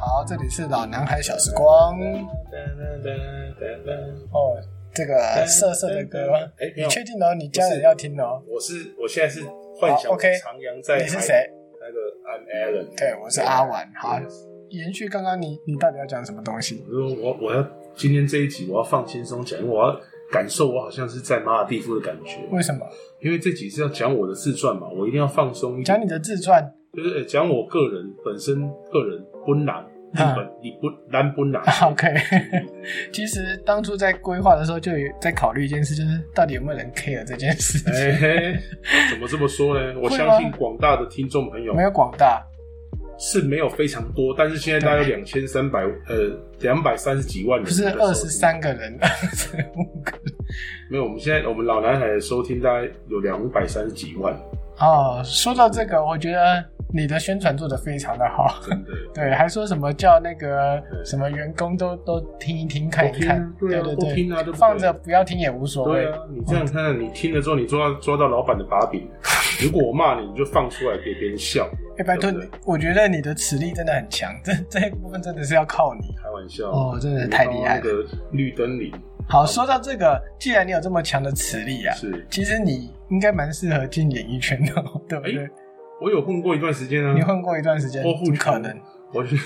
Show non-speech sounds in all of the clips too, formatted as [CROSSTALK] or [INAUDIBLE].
好，这里是老男孩小时光。哦，这个涩涩的歌，哎没你有确定哦？你家人要听哦。我是我现在是幻想好，OK 哦徜徉在你是谁？那个 I'm Alan。对，我是阿婉。好，我延续刚刚你，你到底要讲什么东西？说我我要今天这一集我要放轻松讲，因为我要感受我好像是在马尔蒂夫的感觉，为什么？因为这集是要讲我的自传嘛，我一定要放松一讲点，你的自传。 [LAUGHS] 就是呃讲我个人本身个人奔狼，日嗯本你不南 [LAUGHS] 奔狼。 OK，其实当初在规划的时候就有在考虑一件事，就是到底有没有人 care 这件事情。哎、怎么这么说呢？我会相信吗广大的听众朋 [LAUGHS] 友没有广大，是没有非常多，但是现在大概对两千三百呃两百三十几万人不的是收听，二十三个人， [LAUGHS] 二十五个人。没有，我们现在我们老男孩的收听大概有两百三十几万，哦，说到这个，我觉得你的宣传做得非常的好。真的。对，还说什么叫那个对什么员工都都听一听看一看，都听啊对啊对都听啊对不对放着不要听也无所谓 [LAUGHS] 对。啊，你这样看，你听了之后，你抓抓到老板的把柄。 [LAUGHS] 如果我骂你，你就放出来给别人笑。哎、拜托，对你，我觉得你的磁力真的很强，这这一部分真的是要靠你。开玩笑哦真的太厉害了你刚刚那个绿灯铃好，说到这个，既然你有这么强的磁力啊，是，其实你应该蛮适合进演艺圈的哦，对不对？我有混过一段时间啊。你混过一段时间，哎郭富怎么城可能？我 [LAUGHS] 是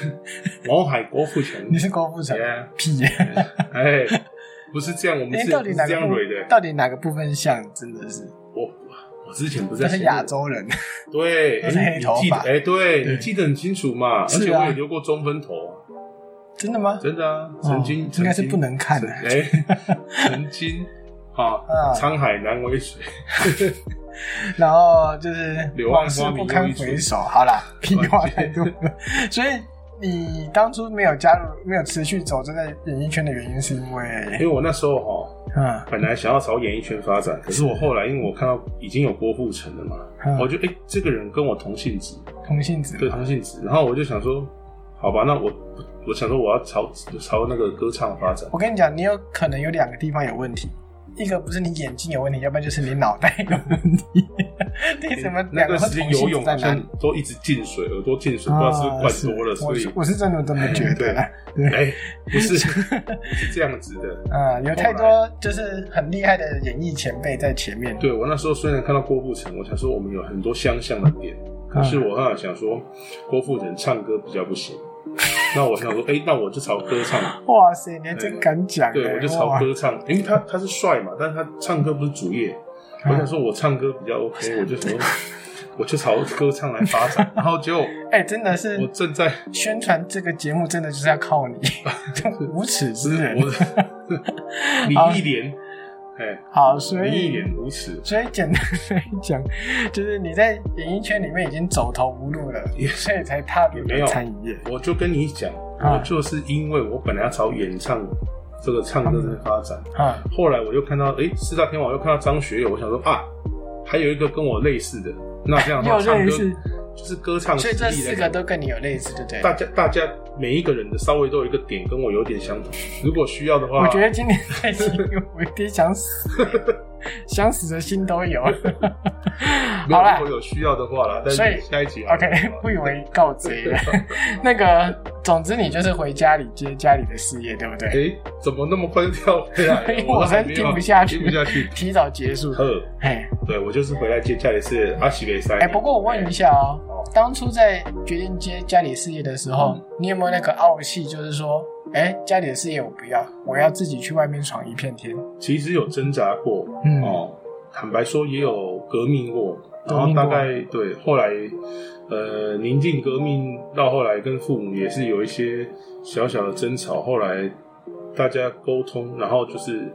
王海郭富城。你是郭富城 [LAUGHS] Yeah 屁、耶哎，不是这样，我们哎、是到底不哪是这个样部蕊的。到底哪个部分像？真的是，我我之前不是这在是前面亚洲人， [LAUGHS] 对，都是哎黑你头记得发哎，对对你记得很清楚嘛，而是啊且我也留过中分头啊，真的吗？真的啊，曾经哦应该是曾经不能看的曾哎，曾经啊 [LAUGHS] 啊，沧海难为水，然后就是柳暗往事花明不又堪一回村首。好 [LAUGHS] 啦，屁话太多了。 [LAUGHS] 所以你当初没有加入、没有持续走这个演艺圈的原因，是因因为为我那时候哈，嗯本来想要朝演艺圈发展，可是我后来因为我看到已经有郭富城了嘛，嗯我就哎这个人跟我同性质，同性子对嘛同性质，然后我就想说，好吧，那我我想说我要朝朝那个歌唱发展，我跟你讲，你有可能有两个地方有问题，一个不是你眼睛有问题，要不然就是你脑袋有问题。 [LAUGHS] 你怎么那两个段会时间同游性泳子好在哪像里？都一直进水，耳朵进水，不知道是啊，不是灌多了，我所以是我是真的这么觉得啦。对， [LAUGHS] 哎，不是不是这样子的。啊，有太多就是很厉害的演艺前辈在前面。对我那时候虽然看到郭富城，我想说我们有很多相像的点，可是我后来想说郭富城唱歌比较不行，那我想说，哎，那我就朝 [LAUGHS] 歌唱，哇塞，你还真敢讲、欸！对我就朝哇歌唱，因为他他是帅嘛，但是他唱歌不是主业，我想说我唱歌比较 OK，我就想说我就朝歌唱来发展，然后结果哎、真的我是正在宣传这个节目，真的就是要靠 [LAUGHS] 你，无耻是之人。我的 [LAUGHS] 李一莲，哎，好，所李一以莲无耻。所以简单来讲，就是你在演艺圈里面已经走投无路了，也所以才踏入也没有了餐饮业。我就跟你讲，啊我就是因为我本来要朝演唱这个唱歌这边发展，啊，后来我又看到，诶，四大天王又看到张学友，我想说啊，还有一个跟我类似的，那这样的话，又唱认歌识，就是歌唱所以这实四力个来都跟你有类似，对不对？大家大家每一个人的稍微都有一个点跟我有点相同，如果需要的话，我觉得今年在听，我有点想死， [LAUGHS] 想死的心都有。没有好啦如果有需要的话啦，但所以是下一集好了 OK，不以为告 [LAUGHS] 贼了。那个，总之你就是回家里接家里的事业，对不对？诶，怎么那么快就跳回来了？因为 [LAUGHS] 我还真没有啊听不下去，。听不下去 [LAUGHS] 提早结束。呵，哎对我就是回来接下来是阿西北塞。哎，不过我问一下哦好，当初在决定接家里事业的时嗯候，你有没有那个傲气，就是说，哎，家里的事业我不要，我要自己去外面闯一片天。其实有挣扎过，嗯哦，坦白说也有革命过，革然后命过大概对后来，呃，宁静革命到后来跟父母也是有一些小小的争吵，后来大家沟通，然后就是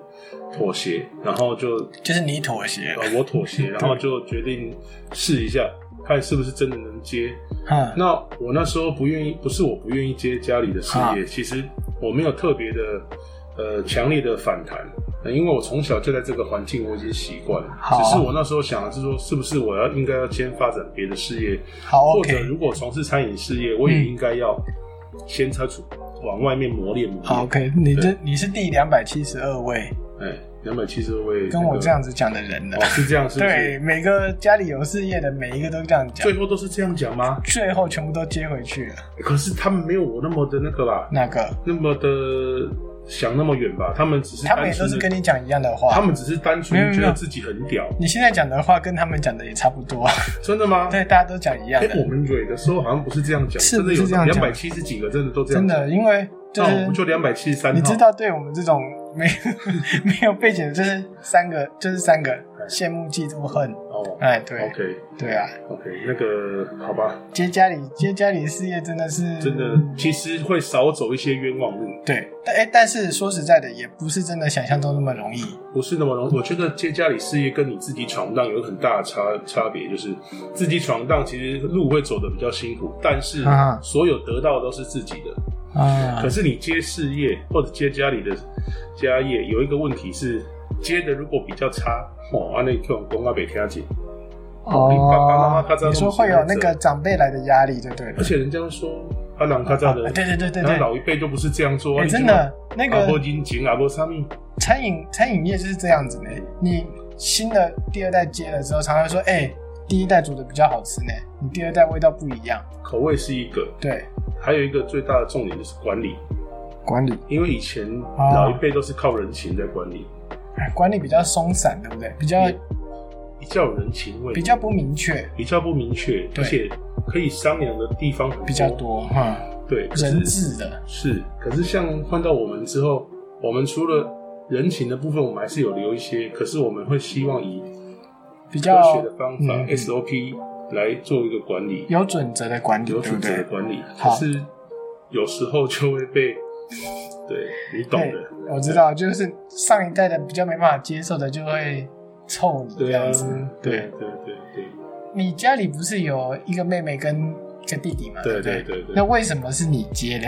妥协，然后就就是你妥协了，呃我 [LAUGHS] 妥协，然后就决定试一下，看是不是真的能接。嗯，那我那时候不愿意，不是我不愿意接家里的事业，啊其实我没有特别的呃强烈的反弹，呃因为我从小就在这个环境，我已经习惯了。好啊只是我那时候想的是说，是不是我要应该要先发展别的事业，好或者，OK，如果从事餐饮事业，我也嗯应该要先拆除往外面磨练磨练。好，OK，你这你是第两百七十二位，哎，两百七十位跟我这样子子讲的人了哦，。是这样是不对，是？每个家里有事业的每一个都这样讲最，后都是这样讲吗？最后全部都接回去了。可是他们没有我那么的那个啦，那个那么的想那么远吧？他们只是他们单也都纯是的，跟你讲一样的他话，们只是单没有纯没有觉没得有自己很屌，你现在讲的话跟他们讲的也差不 [LAUGHS] 多。真的吗？对，大家都讲一样哎，我的，们蕊的时候好像不是这样讲，是真的有不是这样两讲百七十几个，真的都这样真讲。的，因为就那我是们就两百七十三你号，知道，对我们这种没 [LAUGHS] 没有背景的，就是三个，就是三个哎羡慕、嫉妒、恨。哦哎，对，OK 对啊， OK，那个好吧，接家里接家里事业真的是真的其实会少走一些冤枉路，对，但哎，但是说实在的，也不是真的想象中那么容易。不是那么容易。我觉得接家里事业跟你自己闯荡有很大的差差别，就是自己闯荡其实路会走的比较辛苦，但是啊所有得到的都是自己的。啊可，是你接事业或者接家里的家业，有一个问题是接的如果比较差，哦，安内这种公阿北啊听解。嗯你爸爸妈妈他知道哦你说会有那个长辈来的压力，就对了而。且人家说阿朗他这样的啊，对对对对然对，后老一辈都不是这样做啊，哎，你啊真的那阿波个金钱阿波三米，餐饮餐饮业就是这样子呢。欸你新的第二代接了之后，常常会说，哎，第一代煮的比较好吃呢，你第二代味道不一样。口味是一个，对，还有一个最大的重点就是管理，管理因为以前哦老一辈都是靠人情在管理，哎管理比较松散，对不对？比较比较有人情味，比较不明确，比较不明确，对而且可以商量的地方很多比较，多哈，对，哦可人是治的是，可是像换到我们之后，我们除了人情的部分，我们还是有留一些，可是我们会希望以比科较学的方法嗯嗯 SOP 来做一个管理，有准则的管理，有对准不则的嗯对？管理，可好是有时候就会被， [LAUGHS] 对你懂的，对我知道，就是上一代的比较没办法接受的，就会臭你这对啊样子。，对对对对对，你家里不是有一个妹妹跟一个弟弟吗？对不对对对那为什么是你接的？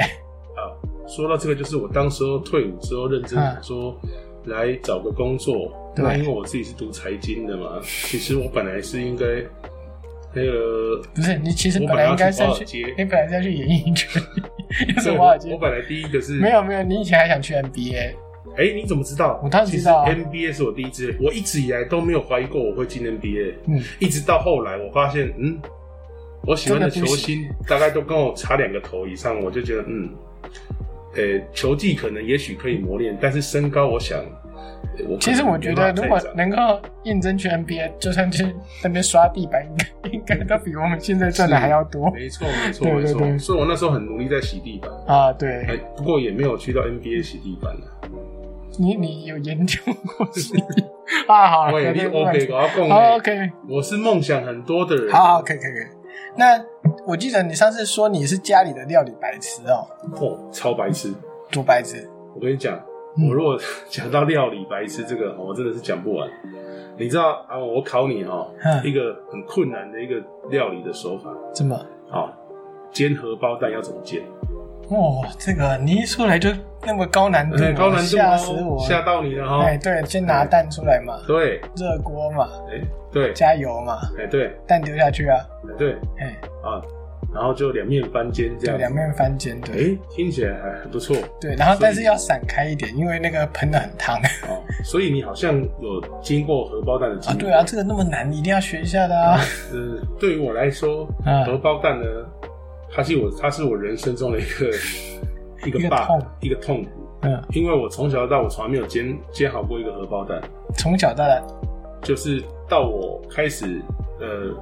说到这个，就是我当时候退伍之后认真嗯说来找个工作，对那因为我自己是读财经的嘛，其实我本来是应该那个。不是你，其实我本本来来应该是要要去去华尔街，你本来是要去演艺圈，又 [LAUGHS] 是 [LAUGHS] 对华我尔街我。本来第一个是没有没有，你以前还想去 NBA，哎、你怎么知道？我当然知道啊其实 NBA 是我第一支，我一直以来都没有怀疑过我会进 NBA。嗯，一直到后来，我发现，嗯，我喜欢的这球个不星大概都跟我差两个头以上，我就觉得，嗯，呃、球技可能也许可以磨练，但是身高，我想，呃我可能其实我觉得没办法如果再长能够应征去 NBA，就算去那边刷地板，应该应该都比我们现在赚的还要多没错没错对没对错，对所以我那时候很努力在洗地板，啊。对哎、，不过也没有去到 NBA 洗地板啊了。你你有研究 [LAUGHS] 过心理啊？好了，喂，你不要 OK 搞到共好哎， OK，我是梦想很多的人，好好可以可以可以。那我记得你上次说你是家里的料理白痴哦，哦，超白痴。多白痴。我跟你讲，嗯我如果 [LAUGHS] 讲到料理白痴这个，我真的是讲不完。你知道啊，我考你哦，哼一个很困难的一个料理的手法怎么？啊，煎荷包蛋要怎么煎？哦，这个你一出来就那么高难度哎，高难度吓死哦，我！吓到你了哈哎，。对，先拿蛋出来嘛，对，热锅嘛，哎，对，加油嘛，哎，对，蛋丢下去啊，哎，对哎，啊，然后就两面翻煎这对，样。两。面翻煎，对哎，听起来还不错对，然后所以但是要散开一点，因为那个喷的很烫啊。哦，所以你好像有经过荷包蛋的经历对啊，这个那么难，你一定要学一下的啊。呃，对于我来说，嗯荷包蛋呢，它是我它是我人生中的一 [LAUGHS] 个一个 bug 痛一个痛苦，嗯，因为我从小到大我从来没有煎煎好过一个荷包蛋，从小到大就是到我开始呃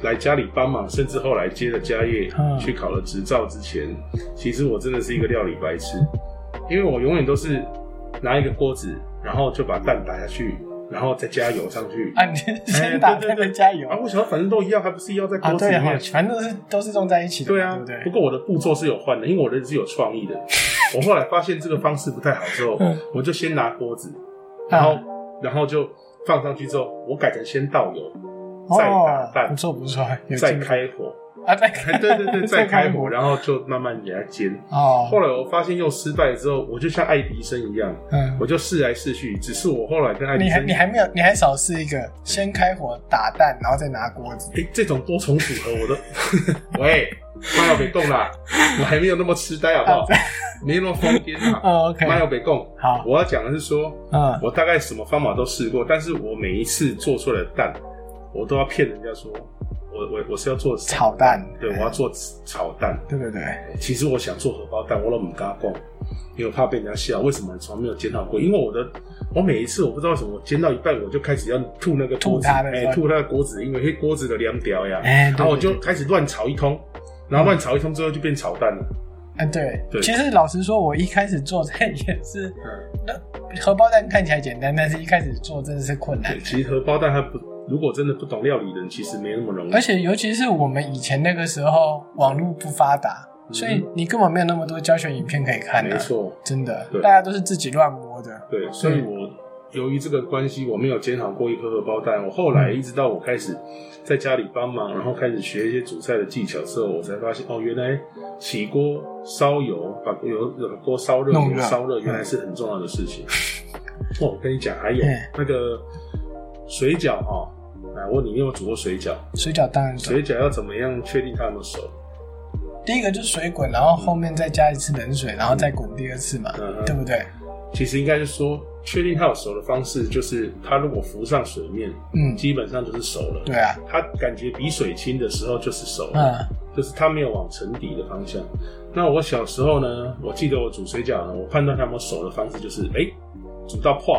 来家里帮忙，甚至后来接了家业、嗯去考了执照之前，其实我真的是一个料理白痴，因为我永远都是拿一个锅子，然后就把蛋打下去，然后再加油上去。啊，你先打蛋再加油啊，我想到反正都一样，还不是一样在啊，锅子对里哈面，反正都是都是种在一起的对嘛，啊，对不不对？过我的步骤是有换的，因为我的是有创意 [LAUGHS] 的。我后来发现这个方式不太好之后嗯，我就先拿锅子，然后、然后就放上去之后，我改成先倒油，再打哦，蛋不，错不错，有再进步开火，啊，再哎开，对对 [LAUGHS] 对，再开火，火然后就慢慢给它煎。哦，后来我发现又失败之后，我就像爱迪生一样，嗯我，就试来试去。只是我后来跟爱迪你还生你，还没有，你还少试一个，先开火打蛋，然后再拿锅子，哎，这种多重 [LAUGHS] 啊组合，我都喂，快要别动啦，我还没有那么痴呆好不好？没那么疯癫啊。哦，OK，没有北贡。好我要讲的是说，嗯，我大概什么方法都试过，但是我每一次做出来的蛋，我都要骗人家说，我我我是要做炒蛋，对，我要做炒蛋。对对对，其实我想做荷包蛋，我都不敢讲，因为我怕被人家笑。为什么从来没有检讨过？因为我的，我每一次我不知道为什么，我煎到一半我就开始要吐那个锅吐子，它的哎、是吧吐那个锅子，因为那锅子的凉掉呀。哎，对然后我对就开始乱炒一通，然后乱炒一通之后就变炒蛋了。哎对，对其实老实说，我一开始做菜也是，那荷包蛋看起来简单，但是一开始做真的是困难对，。其实荷包蛋它不，如果真的不懂料理的人，其实没那么容易。而且尤其是我们以前那个时候，网络不发达，嗯所以你根本没有那么多教学影片可以看没的、错，真的对，大家都是自己乱摸的。对，所以我由于这个关系，我没有检讨过一颗荷包蛋。我后来一直到我开始在家里帮忙，然后开始学一些煮菜的技巧之后，我才发现哦，原来起锅烧油，把油把锅烧热，弄热油烧热，原来是很重要的事情。哦，我跟你讲，还有嗯那个水饺哈、哦，来，我问你，你有没有煮过水饺？水饺当然熟，水饺要怎么样确定它有没有熟？第一个就是水滚，然后后面再加一次冷水，然后再滚第二次嘛，嗯对不对？其实应该是说，确定它有熟的方式就是，它如果浮上水面，嗯，基本上就是熟了。对啊，它感觉比水清的时候就是熟，嗯就是它没有往沉底的方向。那我小时候呢，我记得我煮水饺呢，我判断它有没有熟的方式就是，哎、煮 [LAUGHS] 到破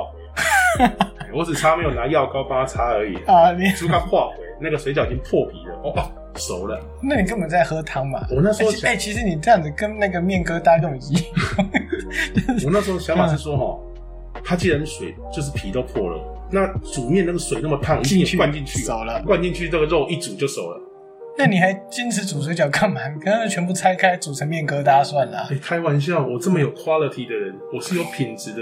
皮了哎我只差没有拿药膏帮它擦而已，啊，你煮到破皮，那个水饺已经破皮了，哦，哦熟了。那你根本在喝汤嘛？我那时哎、候其想，哎其实你这样子跟那个面疙瘩根本一样，我那时候想法嗯是说，哈，它既然水就是皮都破了，那煮面那个水那么烫，一定进也去灌进去，啊熟了灌进去这个肉一煮就熟了。那你还坚持煮水饺干嘛？你刚刚全部拆开煮成面疙瘩算了啊、哎、开玩笑，我这么有 quality 的人，我是有品质的，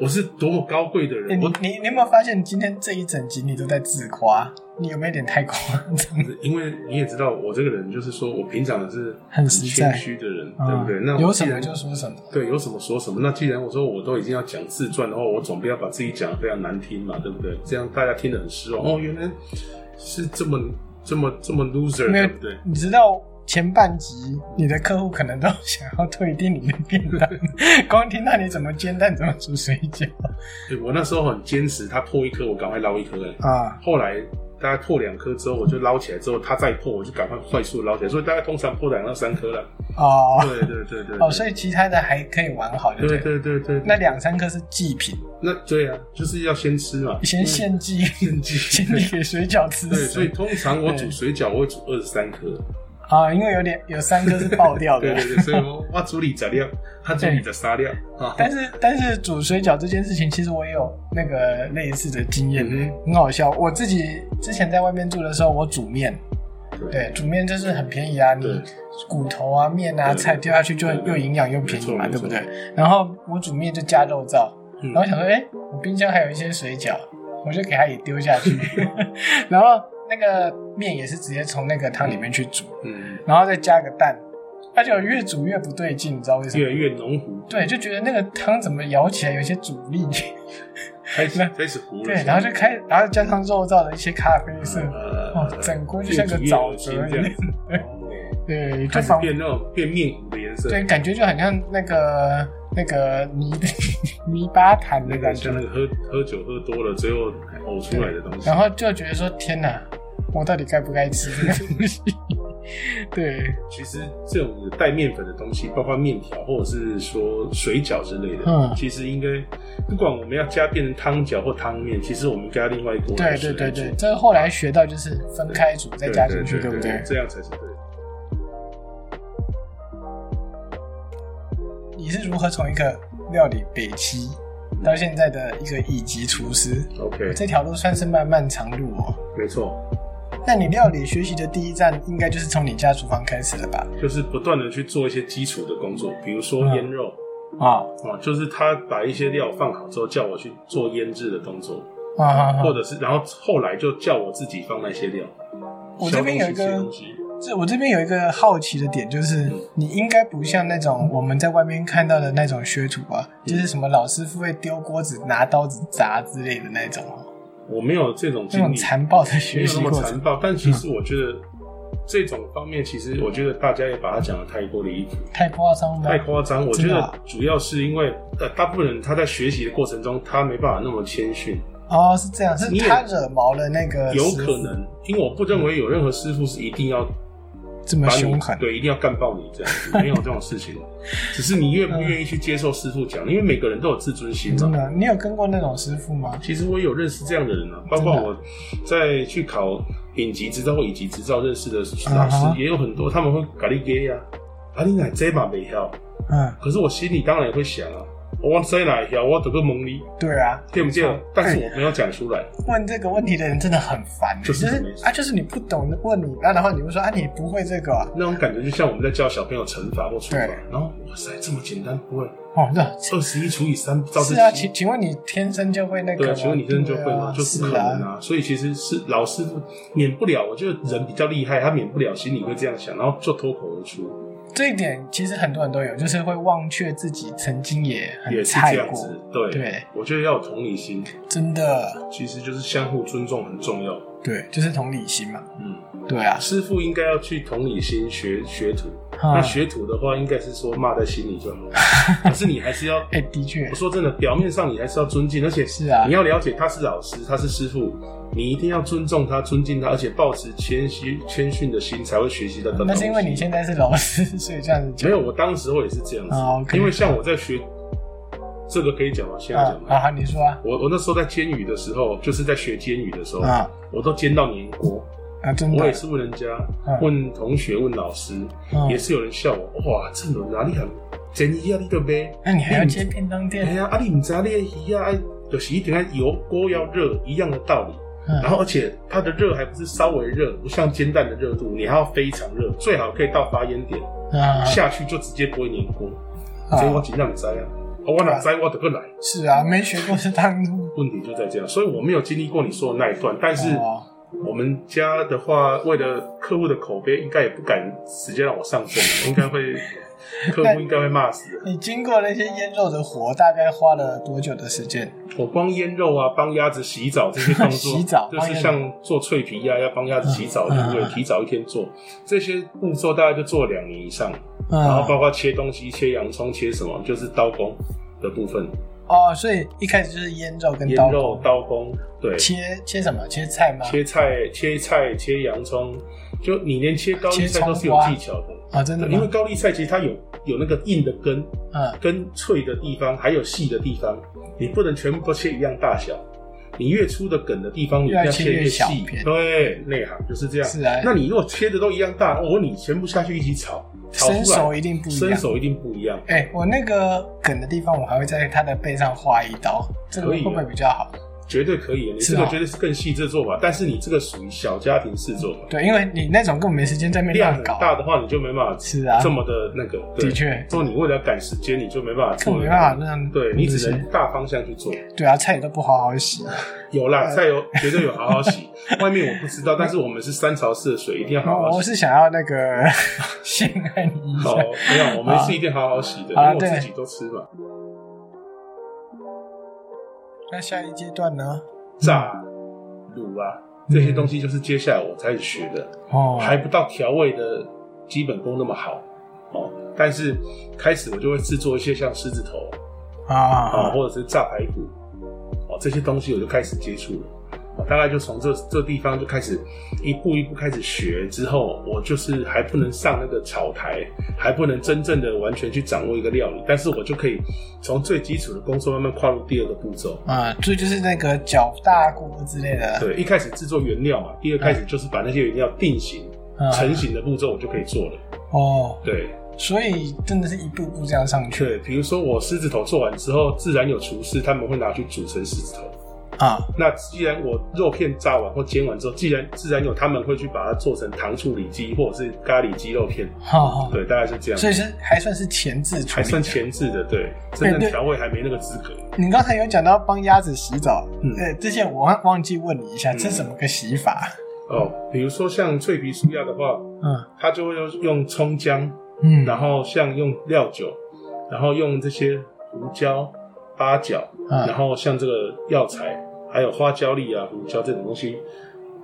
我是多么高贵的哎人，你我你你有没有发现今天这一整集你都在自夸？你有没有点太夸张？因为你也知道，我这个人就是说我平常是很实在谦虚的人， [LAUGHS] 对不对？那嗯我有既什么然就说什么。对，有什么说什么。那既然我说我都已经要讲自传的话，我总不要把自己讲的非常难听嘛，对不对？这样大家听得很失嗯望。哦，原来是这么这么这么 loser，没有对不对？你知道前半集你的客户可能都 [LAUGHS] 想要退订你的便当， [LAUGHS] 光听到你怎么煎蛋、怎么煮水饺对我那时候很坚持，他破一颗我赶快捞一颗、哎啊，后来大概破两颗之后，我就捞起来之后，它再破，我就赶快快速捞起来，所以大概通常破两到三颗 [LAUGHS] 了。哦对对对对，哦，所以以其他的还可以完好，对不对对？对对对，那两三颗是祭品，那对啊，就是要先吃嘛，先献 [LAUGHS] 祭，献祭献祭给水饺吃对，所以死通常我煮水饺，我会煮二十三颗。啊，因为有点有三颗是爆掉 [LAUGHS] 对的对。对，所以我我煮你杂料，他煮你的沙料哎啊。但是但是煮水饺这件事情，其实我也有那个类似的经验，嗯哼很好笑。我自己之前在外面住的时候，我煮面，对，煮面就是很便宜啊，你对骨头啊、面啊、对菜丢下去就对对又营养又便宜嘛，没对不错没错对？然后我煮面就加肉燥，嗯然后想说，哎，我冰箱还有一些水饺，我就给它也丢下去， [LAUGHS] 然后那个面也是直接从那个汤里面去煮，嗯，然后再加个蛋，而且我越煮越不对劲，你知道为什么越吗？来越浓糊，对，就觉得那个汤怎么舀起来有一些阻力，开始开始糊了。 [LAUGHS] 嗯对，然后就开，然后加上肉燥的一些咖啡色，哦呃，整锅就像个沼泽一这样样，， [LAUGHS] 哦对，就开始仿变那种变面糊的颜色，对，感觉就很像那个那个泥 [LAUGHS] 泥巴潭的那感个觉像，那个喝喝酒喝多了最后呕出来的东西然。后就觉得说天哪，我到底该不该吃这个东西？ [LAUGHS] 对，其实这种有带面粉的东西，包括面条或者是说水饺之类的，嗯其实应该不管我们要加变成汤饺或汤面，其实我们加另外一锅对来对水对来煮对，这后来学到就是分开煮再加进去，对对不对？这样才是对的。你是如何从一个料理北七到现在的一个乙级厨师？ OK，这条路算是漫漫长路哦。没错，那你料理学习的第一站应该就是从你家厨房开始了吧？就是不断的去做一些基础的工作，比如说嗯腌肉啊啊，就是他把一些料放好之后，叫我去做腌制的动作，啊啊！或啊者是然后后来就叫我自己放那些料。我这边有一个小东西小东西这我这边有一个好奇的点，就是你应该不像那种我们在外面看到的那种学徒啊，就是什么老师傅会丢锅子、拿刀子砸之类的那种哦，我没有这种那经种历，残暴的没学有习那么过残程。暴，但其实我觉得这种方面，其实我觉得大家也把它讲的太过离谱。太夸张了太。夸张，我觉嗯真的得啊主要是因为呃，大部分人他在学习的过程中，他没办法那么谦逊，哦，是这样，是你也他惹毛了那个有师可傅能，因为我不认为有任何师傅是一定要这么把你凶狠，对，一定要干爆你这样子，没有这种 [LAUGHS] 事情。只是你愿不愿意去接受师傅讲，因为每个人都有自尊心真嘛。的，你有跟过那种师傅吗？其实我也有认识这样的人啊，包括真的啊我在去考丙级执照或乙级执照认识的老师啊哈也有很多，他们会咖喱给呀，啊，你奶这把没要，嗯，可是我心里当然也会想啊，我这哪要，我得个蒙你。对啊，对不对没错？但是我没有讲出来，问这个问题的人真的很烦，就就是这个意是思啊，就是你不懂问你，那然后你就说啊，你不会这个啊，那种感觉就像我们在教小朋友乘法或除法对，然后哇塞，这么简单，不会哦，那二十一除以三，照这是啊，几请请问你天生就会那个对吗？啊，请问你真的就会吗？对就不可能是啊，啊！所以其实是老师傅免不了，我觉得人比较厉害，他免不了心里会这样想，然后就脱口而出，这一点其实很多人都有，就是会忘却自己曾经也也很是这菜样过子，。对，对，我觉得要有同理心，真的，其实就是相互尊重很重要。对，就是同理心嘛，嗯，对啊，师傅应该要去同理心学学徒，嗯那学徒的话应该是说骂在心里就好， [LAUGHS] 可是你还是要哎，的确我说真的，表面上你还是要尊敬，而且是啊你要了解他是老师，他是师傅，你一定要尊重他、尊敬他，而且保持谦虚、谦逊的心，才会学习到的东西。那是因为你现在是老师， [LAUGHS] 所以这样子讲没有，我当时候也是这样子，啊，OK 因为像我在学这个可以讲吗？现在啊讲啊，吗？好你说啊我我那时候在煎鱼的时候，就是在学煎鱼的时候，啊我都煎到粘锅。啊，真我也的，是问人家、嗯问同学、问老师，嗯也是有人笑我，哇，这人哪里很煎鱼啊，你都呗。那你还要嗯接便当哎店？呀，啊，你唔知道你的鱼啊，就是一定要油锅要热一样的道理。嗯然后，而且它的热还不是稍微热，不像煎蛋的热度，你还要非常热，最好可以到发烟点，啊，下去就直接不会粘锅。啊所以我尽量摘啊，啊我哪摘我得个来。是啊，没学过是当初 [LAUGHS] 问题就在这样，所以我没有经历过你说的那一段，但是哦我们家的话，为了客户的口碑，应该也不敢直接让我上阵，应 [LAUGHS] 该会客户应该会骂死的。你经过那些腌肉的活，大概花了多久的时间？我光腌肉啊，帮鸭子洗澡这些动作， [LAUGHS] 洗澡就帮是鸭子像做脆皮鸭、要帮鸭子洗 [LAUGHS] 澡，对不嗯对嗯？嗯提早一天做，这些步骤大概就做了两年以上，啊嗯然后包括切东西、切洋葱、切什么，就是刀工的部分，哦，所以一开始就是腌肉跟腌刀肉工、刀工，对，切切什么？切菜吗？切菜、切菜、切洋葱，就你连切高丽切菜葱都是有花技巧的，啊，真的对因为吗？高丽菜其实它有有那个硬的根，嗯，跟脆的地方，还有细的地方，你不能全部都切一样大小。你越粗的梗的地方，你一定要切越细切越小。片对，内行就是这样。是啊那你如果切的都一样大，我问你全部下去一起炒，炒生出来熟一定不一生样。手一定不一样。哎、我那个梗的地方，我还会在它的背上划一刀，这个可以会啊不会比较好？绝对可以，你是这啊个绝对是更细致做法，但是你这个属于小家庭式做法，对，因为你那种根本没时间在那边量乱很搞，大的话你就没办法是啊这么的那个。对的确，说你为了赶时间，你就没办法根做。本没办法。这样。对你只是能大方向去做。对啊，菜也都不好好洗，啊有啦，菜有绝对有好好 [LAUGHS] 洗。外面我不知道，但是我们是三潮式的水，一定要好好我洗。是想要那 [LAUGHS] 个陷害你一下好， [LAUGHS] 没有，我们是一定好好洗的，因好为啊我对自己都吃嘛。那下一阶段呢？炸、卤啊，这些东西就是接下来我开始学的，哦，还不到调味的基本功那么好哦。但是开始我就会制作一些像狮子头啊，啊，或者是炸排骨哦，这些东西我就开始接触了。哦大概就从这这地方就开始一步一步开始学，之后我就是还不能上那个炒台，还不能真正的完全去掌握一个料理，但是我就可以从最基础的工作慢慢跨入第二个步骤。啊，这就是那个搅大锅之类的，对，一开始制作原料嘛，第二开始就是把那些原料定型、嗯成型的步骤，我就可以做了。哦，对，所以真的是一步步这样上去对，比如说我狮子头做完之后，自然有厨师他们会拿去煮成狮子头。啊，那既然我肉片炸完或煎完之后，既然自然有他们会去把它做成糖醋里脊或者是咖喱鸡肉片，好好，对，大概是这样所。以哎是还算是前置处还理。算前置的，对，真正调味还没那个资格。你刚才有讲到帮鸭子洗澡，嗯呃，之前我忘忘记问你一下，这怎么个洗法？哦，比如说像脆皮酥鸭的话，嗯它就会用用葱姜，嗯然后像用料酒，然后用这些胡椒、八角，嗯然后像这个药材，还有花椒粒啊、胡椒这种东西，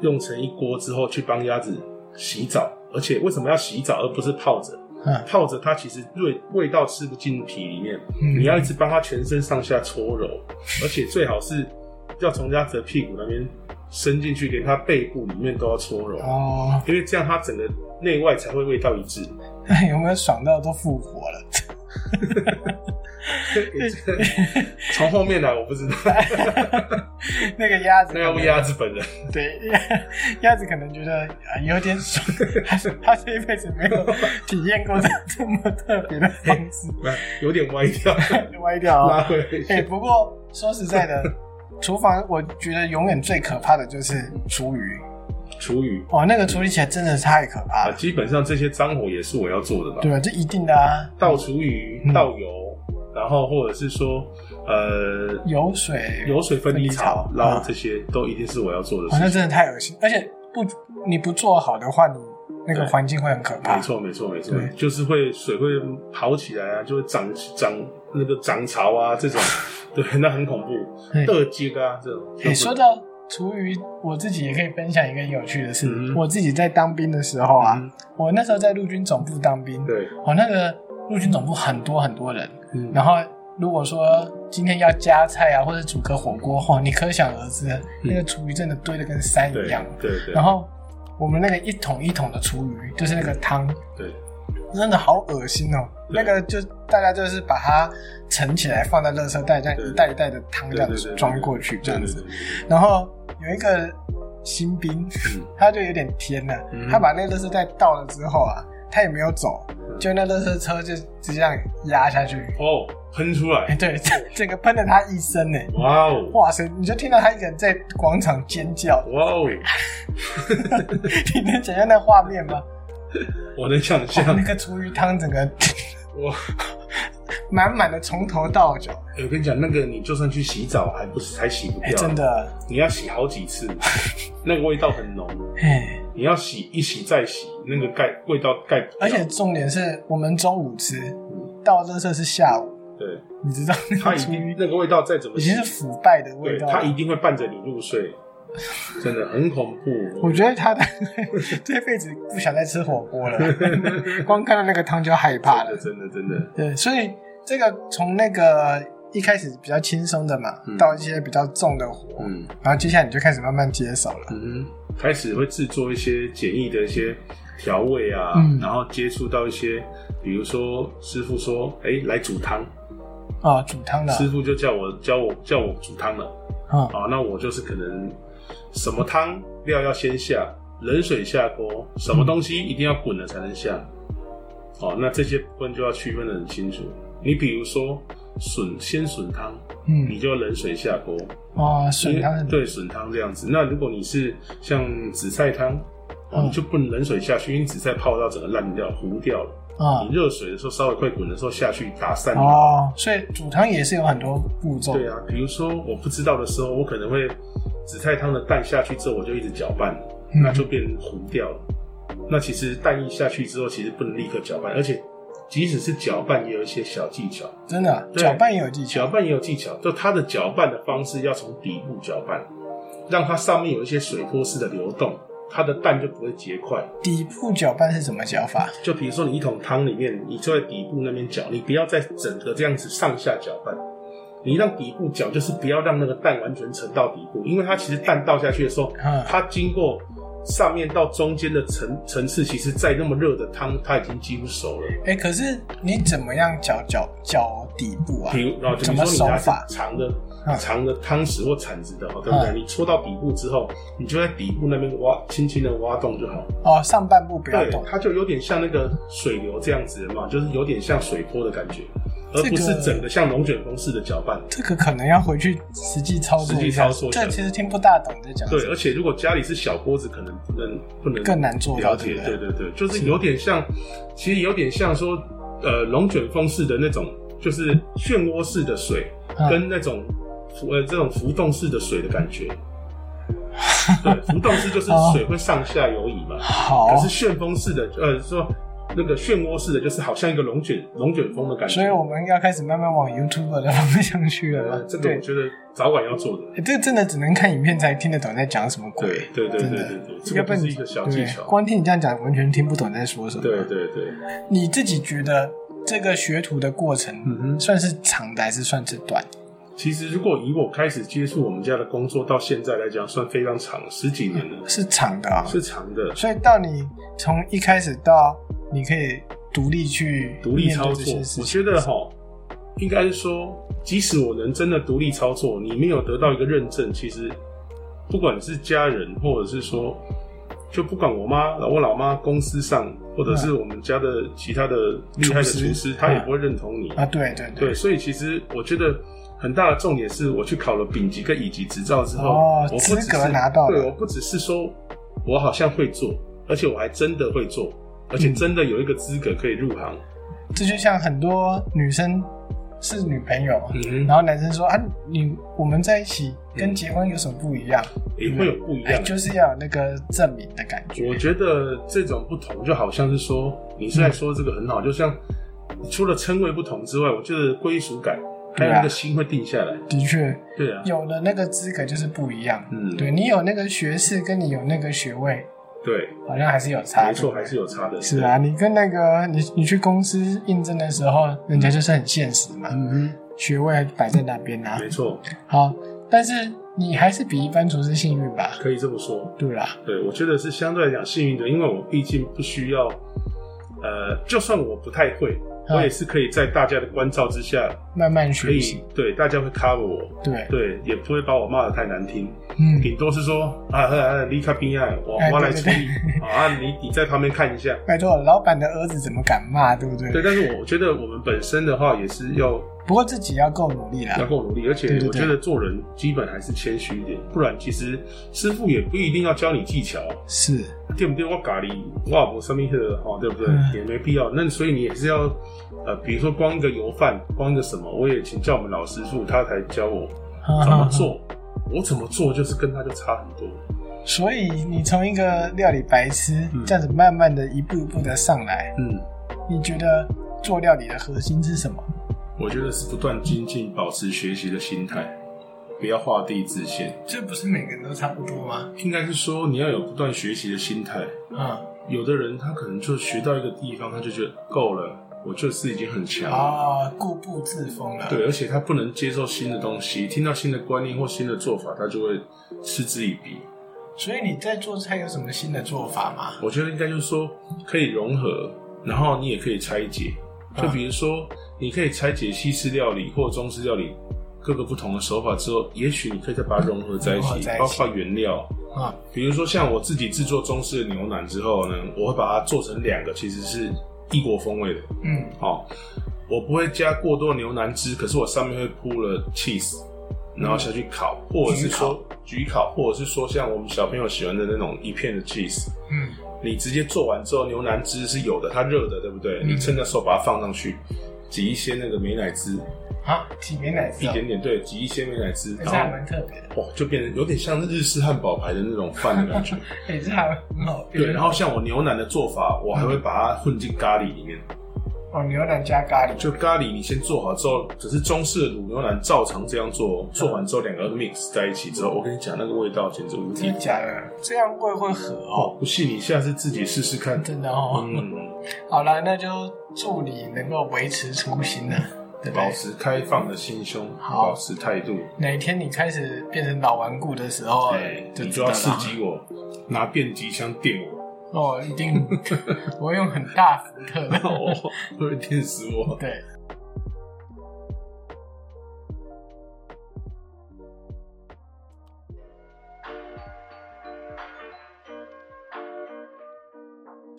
用成一锅之后去帮鸭子洗澡，而且为什么要洗澡而不是泡着？嗯泡着它其实味味道吃不进皮里面，嗯你要一直帮它全身上下搓揉，而且最好是要从鸭子的屁股那边伸进去，连它背部里面都要搓揉，哦，因为这样它整个内外才会味道 [LAUGHS] 一致。那有没有爽到都复活了？ [LAUGHS] 从后面来啊我不知道，那个鸭子可那能，要问鸭子本人。对， [LAUGHS] 鸭子可能觉得啊有点爽， [LAUGHS] 他他这一辈子没有体验过这这么特别的方式，来，有点歪掉，歪掉拉啊！[LAUGHS] 回来一下哎、不过说实在的， [LAUGHS] 厨房我觉得永远最可怕的就是厨余厨余哦，那个处理起来真的是太可怕啊，了，基本上这些脏活也是我要做的吧。对，吧？这一定的啊，倒厨余嗯、倒油，然后或者是说，呃，油水油水分离槽分离槽，然后啊这些都一定是我要做哦，的那事情。真的太恶心，而且不你不做好的话，你那个对环境会很可怕没。错，没错，没错对，就是会水会跑起来啊，就会涨涨那个涨潮啊，[LAUGHS] 这种，对，那很恐对怖，得鸡啊这种。你说到厨余，我自己也可以分享一个有趣的事。嗯我自己在当兵的时候啊，嗯我那时候在陆军总部当兵，对，我那个陆军总部很多很多人，嗯然后如果说今天要加菜啊，或者煮个火锅后，你可想而知，那个厨余真的堆得跟山对一样。对嗯对，然后我们那个一桶一桶的厨余，就是那个汤，对真的好恶心哦。那对个就大家就是把它盛起来放在垃圾袋，这样对一袋一袋的汤这对样对子对装过去，这样子。，对对对对对然后有一个新兵，嗯他就有点偏了，嗯他把那个垃圾袋倒了之后啊，他也没有走，就那垃圾车就就这样压下去，嗯哦，喷出哎，来， [LAUGHS] 对，整整个喷了他一身呢。哇哦，哇塞！你就听到他一个人在广场尖叫， [LAUGHS] 哇哦，你能想象那画面 [LAUGHS] 吗？我能想哇象那，个厨余汤整个哇。 [LAUGHS] 满满的从头到脚，欸我跟你讲，那个你就算去洗澡，还不是还洗不哎、掉，真，的，你要洗好几次， [LAUGHS] 那个味道很浓，哎，你要洗一洗再洗，那个盖味道盖不掉，而且重点是我们中午吃，到垃圾是下午，对，你知道那它个一厨余定那个味道再怎么已洗经，是腐败的味对，道它一了。定会伴着你入 [LAUGHS] 睡，真的很恐怖我。觉得他的 [LAUGHS] 这辈子不想再吃火锅了， [LAUGHS] 光看到那个汤就害怕了。真的真的，对，所以这个从那个一开始比较轻松的嘛，嗯到一些比较重的活，嗯然后接下来你就开始慢慢接手了。嗯，开始会制作一些简易的一些调味啊，嗯然后接触到一些，比如说师傅说，哎、来煮汤，啊，煮汤的，师傅就叫我教我叫我煮汤了。嗯，啊，那我就是可能什么汤料要先下，冷水下锅，什么东西一定要滚了才能下。哦，那这些部分就要区分的很清楚。你比如说笋鲜笋汤，你嗯，就要冷水下锅，哦，笋汤因是为，对笋汤这样子。那如果你是像紫菜汤，哦嗯你就不能冷水下去，因为紫菜泡到整个烂掉糊掉了。啊你，热水的时候稍微快滚的时候下去打散。哦，所以煮汤也是有很多步骤，对啊，比如说我不知道的时候，我可能会紫菜汤的蛋下去之后，我就一直搅拌，嗯那就变糊掉了。那其实蛋一下去之后，其实不能立刻搅拌，而且即使是搅拌，也有一些小技巧。真的对搅拌也有技巧搅，拌也有技巧，就它的搅拌的方式要从底部搅拌，让它上面有一些水波式的流动，它的蛋就不会结块。底部搅拌是怎么搅法？就比如说你一桶汤里面，你就在底部那边搅，你不要再整个这样子上下搅拌，你让底部搅，就是不要让那个蛋完全沉到底部，因为它其实蛋倒下去的时候嗯，它经过上面到中间的层层次，其实在那么热的汤，它已经几乎熟了。哎、可是你怎么样搅搅搅底部啊比？如，然后就怎比么如说你拿手法长的嗯长的汤匙或铲子的哦，对不对？嗯你戳到底部之后，你就在底部那边挖，轻轻的挖洞就好。哦，上半部不要对动，，它就有点像那个水流这样子的嘛，就是有点像水波的感觉，而不是整个像龙卷风式的搅拌。这个可能要回去实际操作实一际下。操作一下这其实听不大懂在讲什对，么。而且如果家里是小锅子，可能不能不能更难做到了解。对对对对，就是有点像，其实有点像说，呃，龙卷风式的那种，就是漩涡式的水，嗯跟那种浮呃这种浮动式的水的感觉。对，浮动式就是哦水会上下游移嘛。好哦可，是旋风式的，呃，说那个漩涡式的，就是好像一个龙卷龙卷风的感觉。所以我们要开始慢慢往 YouTube 的方向去了 [LAUGHS] 呃吧？这个对我觉得早晚要做的。欸这真的只能看影片才听得懂在讲什么鬼对，对对对真的对对，这要不个不然是你一个小技对，巧。光听你这样讲，完全听不懂在说什么。对，对对，你自己觉得这个学徒的过程嗯哼。算是长的还是算是短？其实如果以我开始接触我们家的工作到现在来讲，算非常长，十几年了，是长的啊，是长的。所以到你从一开始到你可以独立去独立操面对作这些事，情我觉得哈，应该是说，即使我能真的独立操作，你没有得到一个认证，其实不管是家人，或者是说，就不管我妈、我老妈、公司上，或者是我们家的其他的厉害的厨师厨师，他也不会认同你。啊，对对对，，所以其实我觉得很大的重点是我去考了丙级跟乙级执照之后，哦我不只是资格拿到了对，我不只是说我好像会做，而且我还真的会做，而且嗯真的有一个资格可以入行。这就像很多女生是女朋友，嗯哼然后男生说啊，你我们在一起跟嗯结婚有什么不一样？也会有不一哎，样的。就是要有那个证明的感觉。我觉得这种不同就好像是说，你是在说这个很嗯好，就像除了称谓不同之外，我觉得归属感对还啊有那个心会定下来。的确，对啊，有了那个资格就是不一样。嗯，对你有那个学士，跟你有那个学位，对，好像还是有差。没错，对不对还是有差的。啊是啊，你跟那个你你去公司应征的时候，人家就是很现实嘛对，，嗯学位摆在那边啊哼，。没错，好，但是你还是比一般厨师幸运吧？可以这么说。对啦，对，我觉得是相对来讲幸运的，因为我毕竟不需要，呃，就算我不太会，嗯我也是可以在大家的关照之下，慢慢可学以习。对大家会 cover 我，对，对，也不会把我骂的太难听。嗯，顶多是说啊啊啊，离开边岸，我哎我来对处对理 [LAUGHS] 啊，啊你你在旁边看一下。拜托，老板的儿子怎么敢骂，对不对？对，但是我觉得我们本身的话也是要不过自己要够努力啦要。够努力，而且对对对我觉得做人基本还是谦虚一点，不然其实师傅也不一定要教你技巧啊，是，对不对？我咖喱，哇，我上面的哈，对不对嗯？也没必要。那所以你也是要呃，比如说光一个油饭，光一个什么，我也请教我们老师傅，他才教我哈怎啊哈 [LAUGHS] 么哈做，我怎么做就是跟他就差很多。所以你从一个料理白痴嗯这样子慢慢的一步一步的上来，嗯。你觉得做料理的核心是什么？我觉得是不断精进、保持学习的心态，不要画地自限。这不是每个人都差不多吗？应该是说你要有不断学习的心态。嗯，有的人他可能就学到一个地方，他就觉得够了，我就是已经很强。啊，固步自封了。对，而且他不能接受新的东西，听到新的观念或新的做法，他就会嗤之以鼻。所以你在做菜有什么新的做法吗？我觉得应该就是说可以融合，然后你也可以拆解。嗯就比如说，你可以拆解西式料理或中式料理各个不同的手法之后，也许你可以再把它融合在一融合起在一，起包括原料。啊，比如说，像我自己制作中式的牛腩之后呢，我会把它做成两个，其实是异国风味的。嗯，哦，我不会加过多的牛腩汁，可是我上面会铺了 cheese，然后嗯下去烤，或者是说焗烤，或者是说像我们小朋友喜欢的那种一片的 cheese。嗯，你直接做完之后，牛腩汁是有的，它热的，对不对？嗯你趁那时候把它放上去，挤一些那个美乃滋，啊，体面奶一点点，对，挤一些美乃滋，这然还后蛮特别的，哇，就变成有点像日式汉堡排的那种饭的 [LAUGHS] 感觉。哎，这还很好。对，然后像我牛腩的做法，我还会把它混进咖喱里面。哦，牛腩加咖喱，就咖喱，你先做好之后，只是中式的卤牛腩照常这样做，做完之后两个 mix 在一起之后，我跟你讲，那个味道简直无敌真的。假的？这样会不会合哦？哦，不信你下次自己试试看。真的哦。嗯，好了，那就祝你能够维持初心呢、对不保对？持开放的心胸，好保持态度。哪一天你开始变成老顽固的时候，哎，就你知就道了要刺激我，拿电击枪电我， [LAUGHS] 哦，一定， [LAUGHS] 我会用很大福特的。哦，会电死我。对，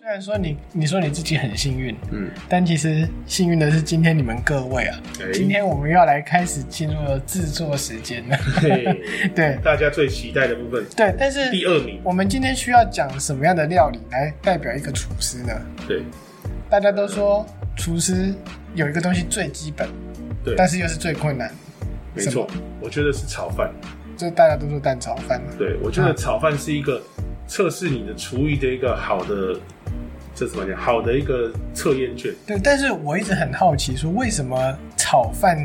虽然说你你说你自己很幸运，嗯，但其实幸运的是今天你们各位啊，哎今天我们要来开始进入了制作时间了。 [LAUGHS] 嘿对大家最期待的部分，对，但是第二名。我们今天需要讲什么样的料理来代表一个厨师呢？对，大家都说厨师有一个东西最基本，对但是又是最困难，没什么错，我觉得是炒饭。就大家都说蛋炒饭嘛。对，我觉得炒饭是一个测试你的厨艺的一个好的，这这怎么讲？好的一个测验卷。对，但是我一直很好奇，说为什么炒饭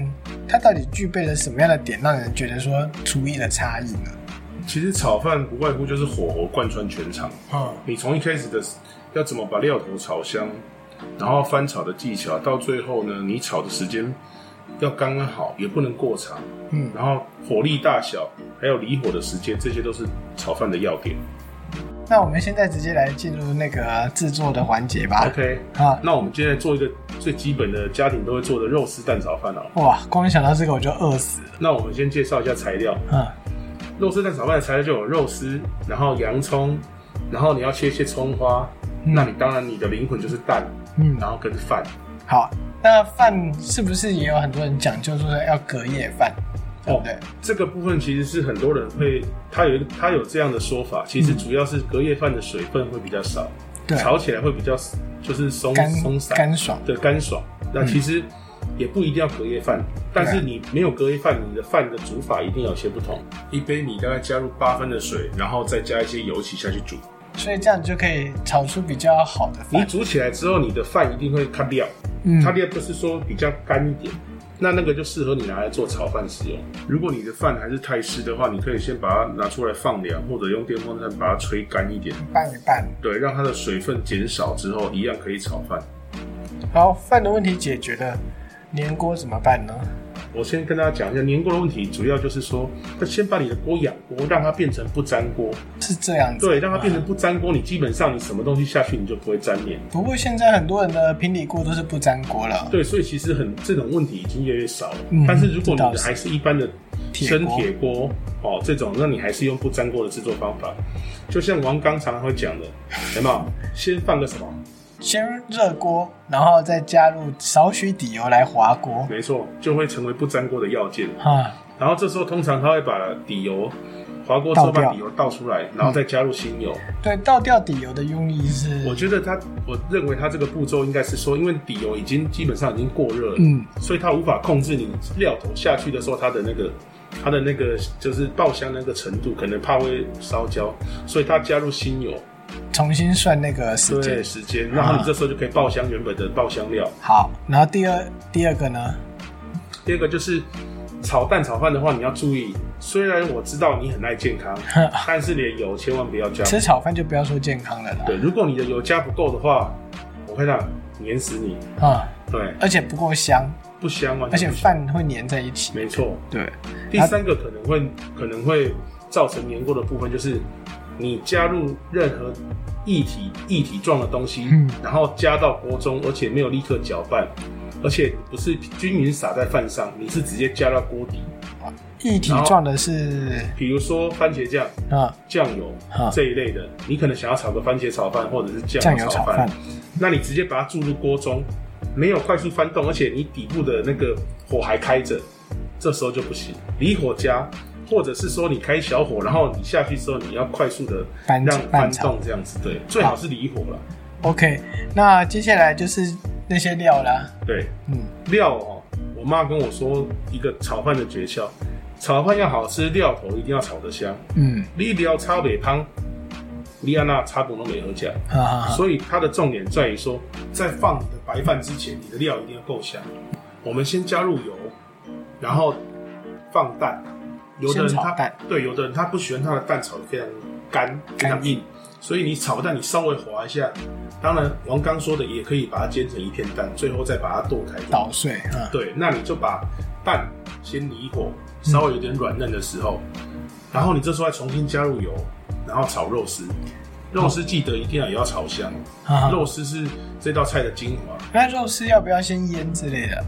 它到底具备了什么样的点，让人觉得说厨艺的差异呢？其实炒饭不外乎就是火候贯穿全场，嗯，你从一开始的要怎么把料头炒香，然后翻炒的技巧，到最后呢，你炒的时间要刚刚好，也不能过长。嗯然后火力大小，还有离火的时间，这些都是炒饭的要点。那我们现在直接来进入那个制作的环节吧。 OK，啊，那我们现在做一个最基本的家庭都会做的肉丝蛋炒饭好了。哇，光想到这个我就饿死了。那我们先介绍一下材料，嗯肉丝蛋炒饭的材料就有肉丝，然后洋葱，然后你要切一些葱花。嗯那你当然你的灵魂就是蛋，嗯，然后跟饭。好，那饭是不是也有很多人讲究说要隔夜饭，对不对？这个部分其实是很多人会，他有他有这样的说法，其实主要是隔夜饭的水分会比较少，对，炒起来会比较就是松干松散干嗯爽。的干爽。那其实也不一定要隔夜饭，但是你没有隔夜饭，你的饭的煮法一定有些不同。一杯米大概加入八分的水，然后再加一些油起下去煮。所以这样就可以炒出比较好的你饭。煮起来之后，你的饭一定会看料，嗯它，也不是说比较干一点，那那个就适合你拿来做炒饭使用。如果你的饭还是太湿的话，你可以先把它拿出来放凉，或者用电风扇把它吹干一点，拌一拌。对，让它的水分减少之后，一样可以炒饭。好，饭的问题解决了，粘锅怎么办呢？我先跟大家讲一下粘锅的问题，主要就是说，要先把你的锅养锅，让它变成不粘锅，是这样子。对，让它变成不粘锅，你基本上你什么东西下去你就不会粘黏。不过现在很多人的平底锅都是不粘锅了。对，所以其实很这种问题已经越来越少了。嗯但是如果你这倒的是还是一般的铁生锅铁锅哦这种，那你还是用不粘锅的制作方法。就像王刚常常会讲的，有没有？先放个什么？先热锅，然后再加入少许底油来滑锅。没错，就会成为不粘锅的要件。啊，然后这时候通常他会把底油滑锅之倒后掉把底油倒出来，然后再加入新油。对，倒掉底油的用意是，我觉得他，我认为他这个步骤应该是说，因为底油已经基本上已经过热了，嗯，所以它无法控制你料头下去的时候，它的那个它的那个就是爆香那个程度，可能怕会烧焦，所以它加入新油，重新算那个时对间。时间，然后你这时候就可以爆香原本的爆香料。好，然后第二第二个呢？第二个就是炒蛋炒饭的话，你要注意，虽然我知道你很爱 [LAUGHS] 健康，但是你的油千万不要加。吃炒饭就不要说健康了啦。对，如果你的油加不够的话，我会让碾死你。啊、对，而且不够香，不香完而全且不香。饭会粘在一起。没错，对，第三个可能会可能会造成粘锅的部分，就是你加入任何液体液体状的东西，嗯然后加到锅中，而且没有立刻搅拌，而且不是均匀撒在饭上，你是直接加到锅底。一体状的是比如说番茄酱、啊、酱油啊这一类的，你可能想要炒个番茄炒饭或者是酱酱油油炒炒饭饭，，那你直接把它注入锅中，没有快速翻动，而且你底部的那个火还开着，这时候就不行，离火加，或者是说你开小火，然后你下去之后你要快速的翻让翻翻炒动这样子，对，最好是离火了， OK，那接下来就是那些料啦。对，嗯，料哦，我妈跟我说一个炒饭的诀窍，炒饭要好吃，料头一定要炒得香，嗯，你料炒北汤，你安那炒不拢没合加。哈哈哈。所以它的重点在于说，在放你的白饭之前，你的料一定要够香。我们先加入油，然后放蛋。有的人先炒他蛋对，有的人他不喜欢他的蛋炒的非常干、非常硬，所以你炒蛋你稍微滑一下。当然，王刚说的也可以把它煎成一片蛋，最后再把它剁开。捣碎啊，对，那你就把蛋先离火，稍微有点软嫩的时候，然后你这时候再重新加入油，然后炒肉丝。肉丝记得一定要也要炒香，哈哈。肉丝是这道菜的精华。那肉丝要不要先腌之类的？嗯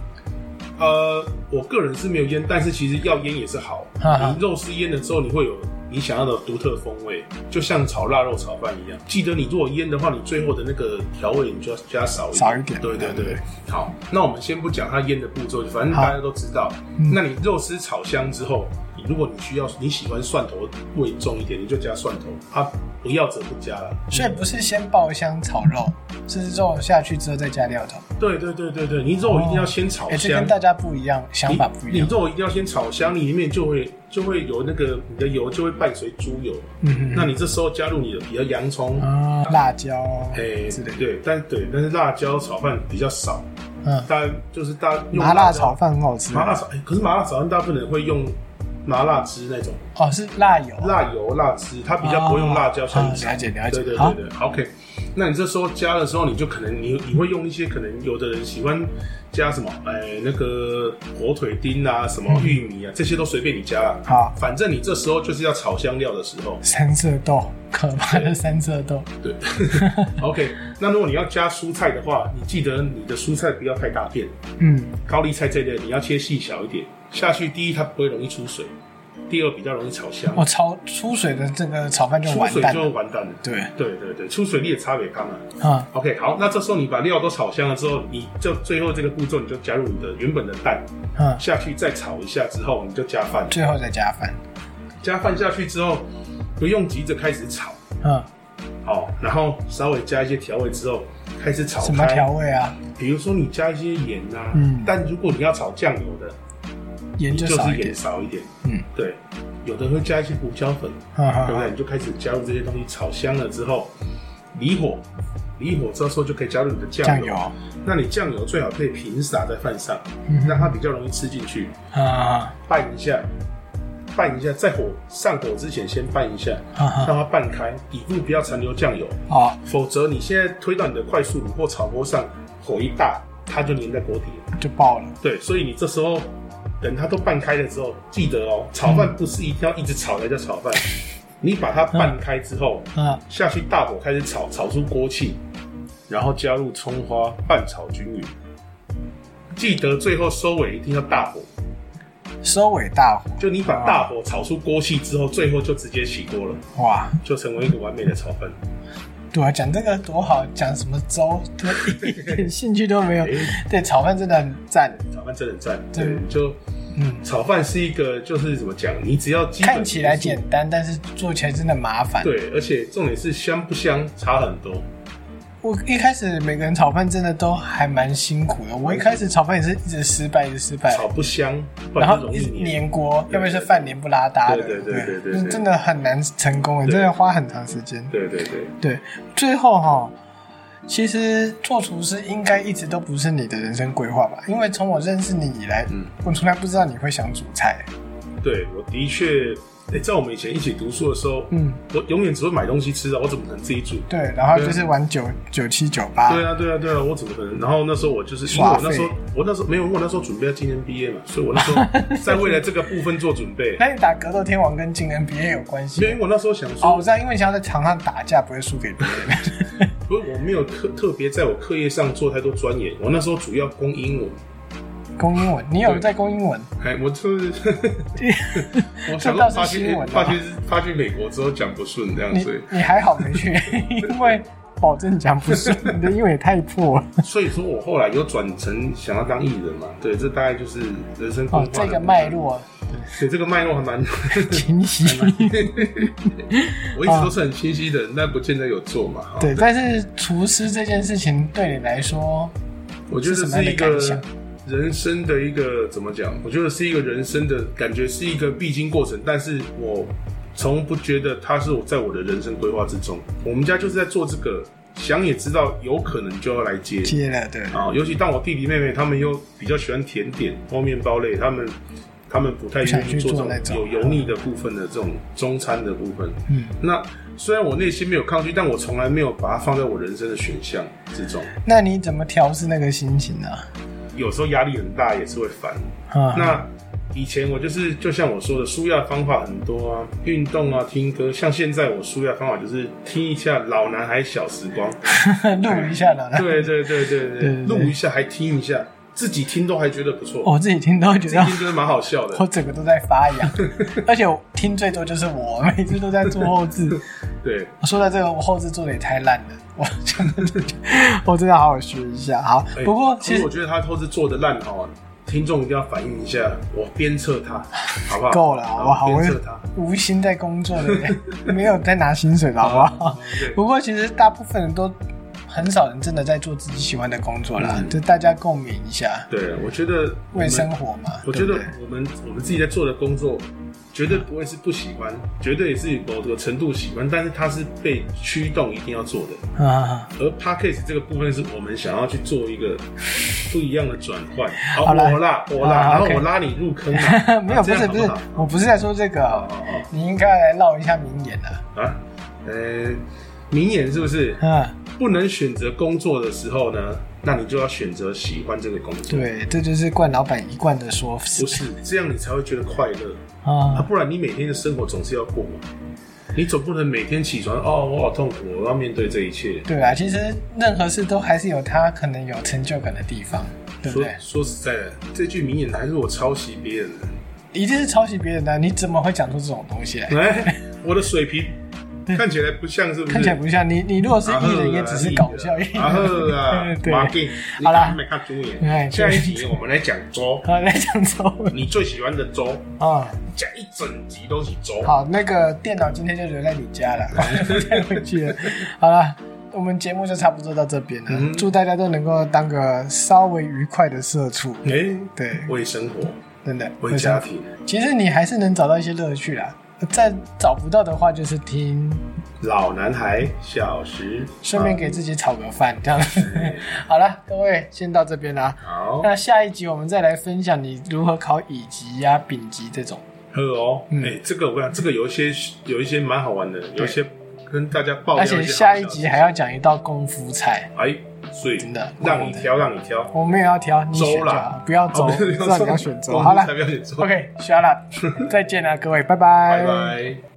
呃，我个人是没有腌，但是其实要腌也是好。哈哈你肉丝腌了之后，你会有你想要的独特风味，就像炒腊肉炒饭一样。记得你如果腌的话，你最后的那个调味你就要加少一点。少一点对对对对。好，那我们先不讲它腌的步骤，反正好嗯大家都知道。那你肉丝炒香之后。你如果你需要你喜欢蒜头味重一点，你就加蒜头；啊，不要则不加了。所以不是先爆香炒肉，是肉下去之后再加料头。对对对对对，你肉一定要先炒哎、这香跟。大家不一样，想法不一你样。肉一定要先炒香，你里面就会就会有那个你的油就会伴随猪油，嗯那你这时候加入你的比较洋葱，啊，辣椒，哎、之类的对，但对，但是辣椒炒饭比较少，嗯，大家就是大家用麻辣椒炒饭很好吃，麻辣炒，哎可是麻辣炒饭大部分人会用麻辣汁那种哦是辣油，辣油辣汁，它比较不会用辣椒哦香哦菜。了解了解对对好对对，OK。那你这时候加的时候，你就可能你你会用一些可能有的人喜欢加什么，哎，那个火腿丁啊，什么玉米啊，这些都随便你加啦。好，反正你这时候就是要炒香料的时候，三色豆， [LAUGHS] 可怕的三色豆， [LAUGHS] 对。OK，那如果你要加蔬菜的话，你记得你的蔬菜不要太大片，嗯，高丽菜这类你要切细小一点。下去，第一它不会容易出水，第二比较容易炒香，我炒出水的这个炒哦饭就出完水蛋就了，完蛋了。对，对对对，出水你也差别干了。啊 OK，好，那这时候你把料都炒香了之后，你就最后这个步骤你就加入你的原本的蛋嗯，下去，再炒一下之后，你就加饭。最后再加饭，加饭下去之后，不用急着开始炒，嗯，好、然后稍微加一些调味之后，开始炒什么开调？味啊？比如说你加一些盐呐、嗯但如果你要炒酱油的，盐你就就少是一点盐，少一点。嗯，啊对，有的会加一些胡椒粉，哈哈对不对？你就开始加入这些东西，炒香了之后，离火，离火这时候就可以加入你的酱油，那你酱油最好可以平撒在饭上，嗯让它比较容易吃进去。啊拌一下，拌一下，在火上火之前先拌一下，哈让哈，它拌开，底部不要残留酱油，哦，否则你现在推到你的快速炉或炒锅上，火一大，它就粘在锅底了。就爆了，对，所以你这时候等它都拌开了之后，记得哦，炒饭不是一定要一直炒才叫炒饭，你把它拌开之后，啊，下去大火开始炒，炒出锅气，然后加入葱花拌炒均匀。记得最后收尾一定要大火，收尾大火，就你把大火炒出锅气之后，最后就直接起锅了，哇，就成为一个完美的炒饭。对啊，讲这个多好，讲什么粥，对， [LAUGHS] 一点兴趣都没有 [LAUGHS] 哎、，对，炒饭真的很赞，炒饭真的很赞。对对，就嗯，炒饭是一个，就是怎么讲，你只要基本看起来元素简单，但是做起来真的麻烦。对，而且重点是香不香差很多。我一开始每个人炒饭真的都还蛮辛苦的，我一开始炒饭也是一直失败，一直失败，炒不香，不然然就后容一易直黏。粘锅，要对不然是饭粘不拉搭的，对对对对对对嗯真的很难成功，对真的花很长时间。对对对，对，最后哈，其实做厨师应该一直都不是你的人生规划吧？因为从我认识你以来，嗯我从来不知道你会想煮菜。对我的确，哎、在我们以前一起读书的时候，嗯，我永远只会买东西吃啊，我怎么可能自己煮？对，然后就是玩九九七九八，对啊，对啊，对啊，我怎么可能？然后那时候我就是因为耍我废那时候我那时候没有，我那时候准备要今年毕业嘛，所以我那时 [LAUGHS] 候在为了这个部分做准备。那你打格斗天王跟竞 NBA 有关系没有，吗？因为我那时候想哦，我说，知道，因为你想要在场上打架，不会输给别人。 [LAUGHS] 不是我没有特特别在我课业上做太多钻研，我那时候主要攻英文。攻英文，你有在攻英文？哎，我就是 [LAUGHS] 我想这倒是说发新去闻啊发去发去美国之后讲不顺这样，你所以你还好没去， [LAUGHS] 因为保证讲不顺，你的英文也太破了。所以说我后来有转成想要当艺人嘛，对，这大概就是人生规划哦的，这部个分脉，络对，这个脉络还蛮 [LAUGHS] 清晰。我一直都是很清晰的，但不见得有做嘛。哈对，，但是厨师这件事情对你来说，我觉得是这什么样是的一个感想人生的一个怎么讲？我觉得是一个人生的感觉，是一个必经过程。但是我从不觉得它是我在我的人生规划之中。我们家就是在做这个，想也知道有可能就要来接。接了对，啊、尤其当我弟弟妹妹他们又比较喜欢甜点或面包类，他们他们不太愿意做不想去做那这种种有油腻的部分的这种中餐的部分。嗯，那虽然我内心没有抗拒，但我从来没有把它放在我人生的选项之中。那你怎么调试那个心情呢、有时候压力很大，也是会烦。啊？嗯，那以前我就是就像我说的，舒压方法很多啊，运动啊，听歌。像现在我舒压方法就是听一下《老男孩小时光》 [LAUGHS] [LAUGHS] 录一下了，对对对对 [LAUGHS] 对对对，录一下还听一下，自己听都还觉得不错。我自己听都觉今得天真的蛮好笑的我，整个都在发痒，而且我听最多就是我，每次都在做后置。对，说到这个，我后置做的也太烂了， [LAUGHS] 我真的，我真的好好学一下。好，哎不过可其是实我觉得他都是做的烂好啊，听众一定要反映一下，我鞭策他，好不好？够了，好不好？我鞭是策他，无心在工作的 [LAUGHS] 人，没有在拿薪水的，好不好？对不过其实大部分人都很少人真的在做自己喜欢的工作啦，嗯就大家共勉一下，对，我觉得我为们生活嘛。我对觉不得对我们我们自己在做的工作，绝对不会是不喜欢，绝对是某个程度喜欢，但是它是被驱动一定要做的。啊，而 podcast 这个部分是我们想要去做一个不一样的转换。好，好啦我啦，我啊啦，然后 OK！我拉你入坑啊 [LAUGHS] 没有，这不是不是样好不好，哦我不是在说这好个，好好你应该来唠一下名言的。啊，呃，名言是不是嗯，不能选择工作的时候呢？那你就要选择喜欢这个工作，对，这就是冠老板一贯的说法不是这样你才会觉得快乐啊！啊。不然你每天的生活总是要过嘛，你总不能每天起床哦，我好痛苦，我要面对这一切。对啊，其实任何事都还是有他可能有成就感的地方，对不说对？说实在的，这句名言还是我抄袭别人的。一定是抄袭别人的，你怎么会讲出这种东西来？哎，我的水平看起来不像，是不是？看起来不像你，你如果是艺人，也只是搞笑艺然后啊人。，对，马丁，你好啦看没看猪哎眼？下一集我们来讲 [LAUGHS] 粥，好，来讲周文你最喜欢的粥，啊。讲一整集都是粥。好，那个电脑今天就留在你家了，不带回去了。好了，我们节目就差不多到这边了，嗯祝大家都能够当个稍微愉快的社畜。哎，对，为生活，真的，为家庭，其实你还是能找到一些乐趣啦。再找不到的话，就是听，老男孩小时，顺便给自己炒个饭这样哎。 [LAUGHS] 好了，各位先到这边啦。啊好，那下一集我们再来分享你如何考乙级呀、丙级这种。喝哦。嗯哎，这个我跟你讲，这个有一些有一些蛮好玩的，有一些跟大家爆料而一些好且笑的。下一集还要讲一道功夫菜，哎，所以真的让你挑，让你挑。我们也要挑，你选粥就好啦，，不要粥，哦 [LAUGHS] 知道你要选我粥。们好了才不要选粥。 ，OK，下了，再见了各位，拜拜拜。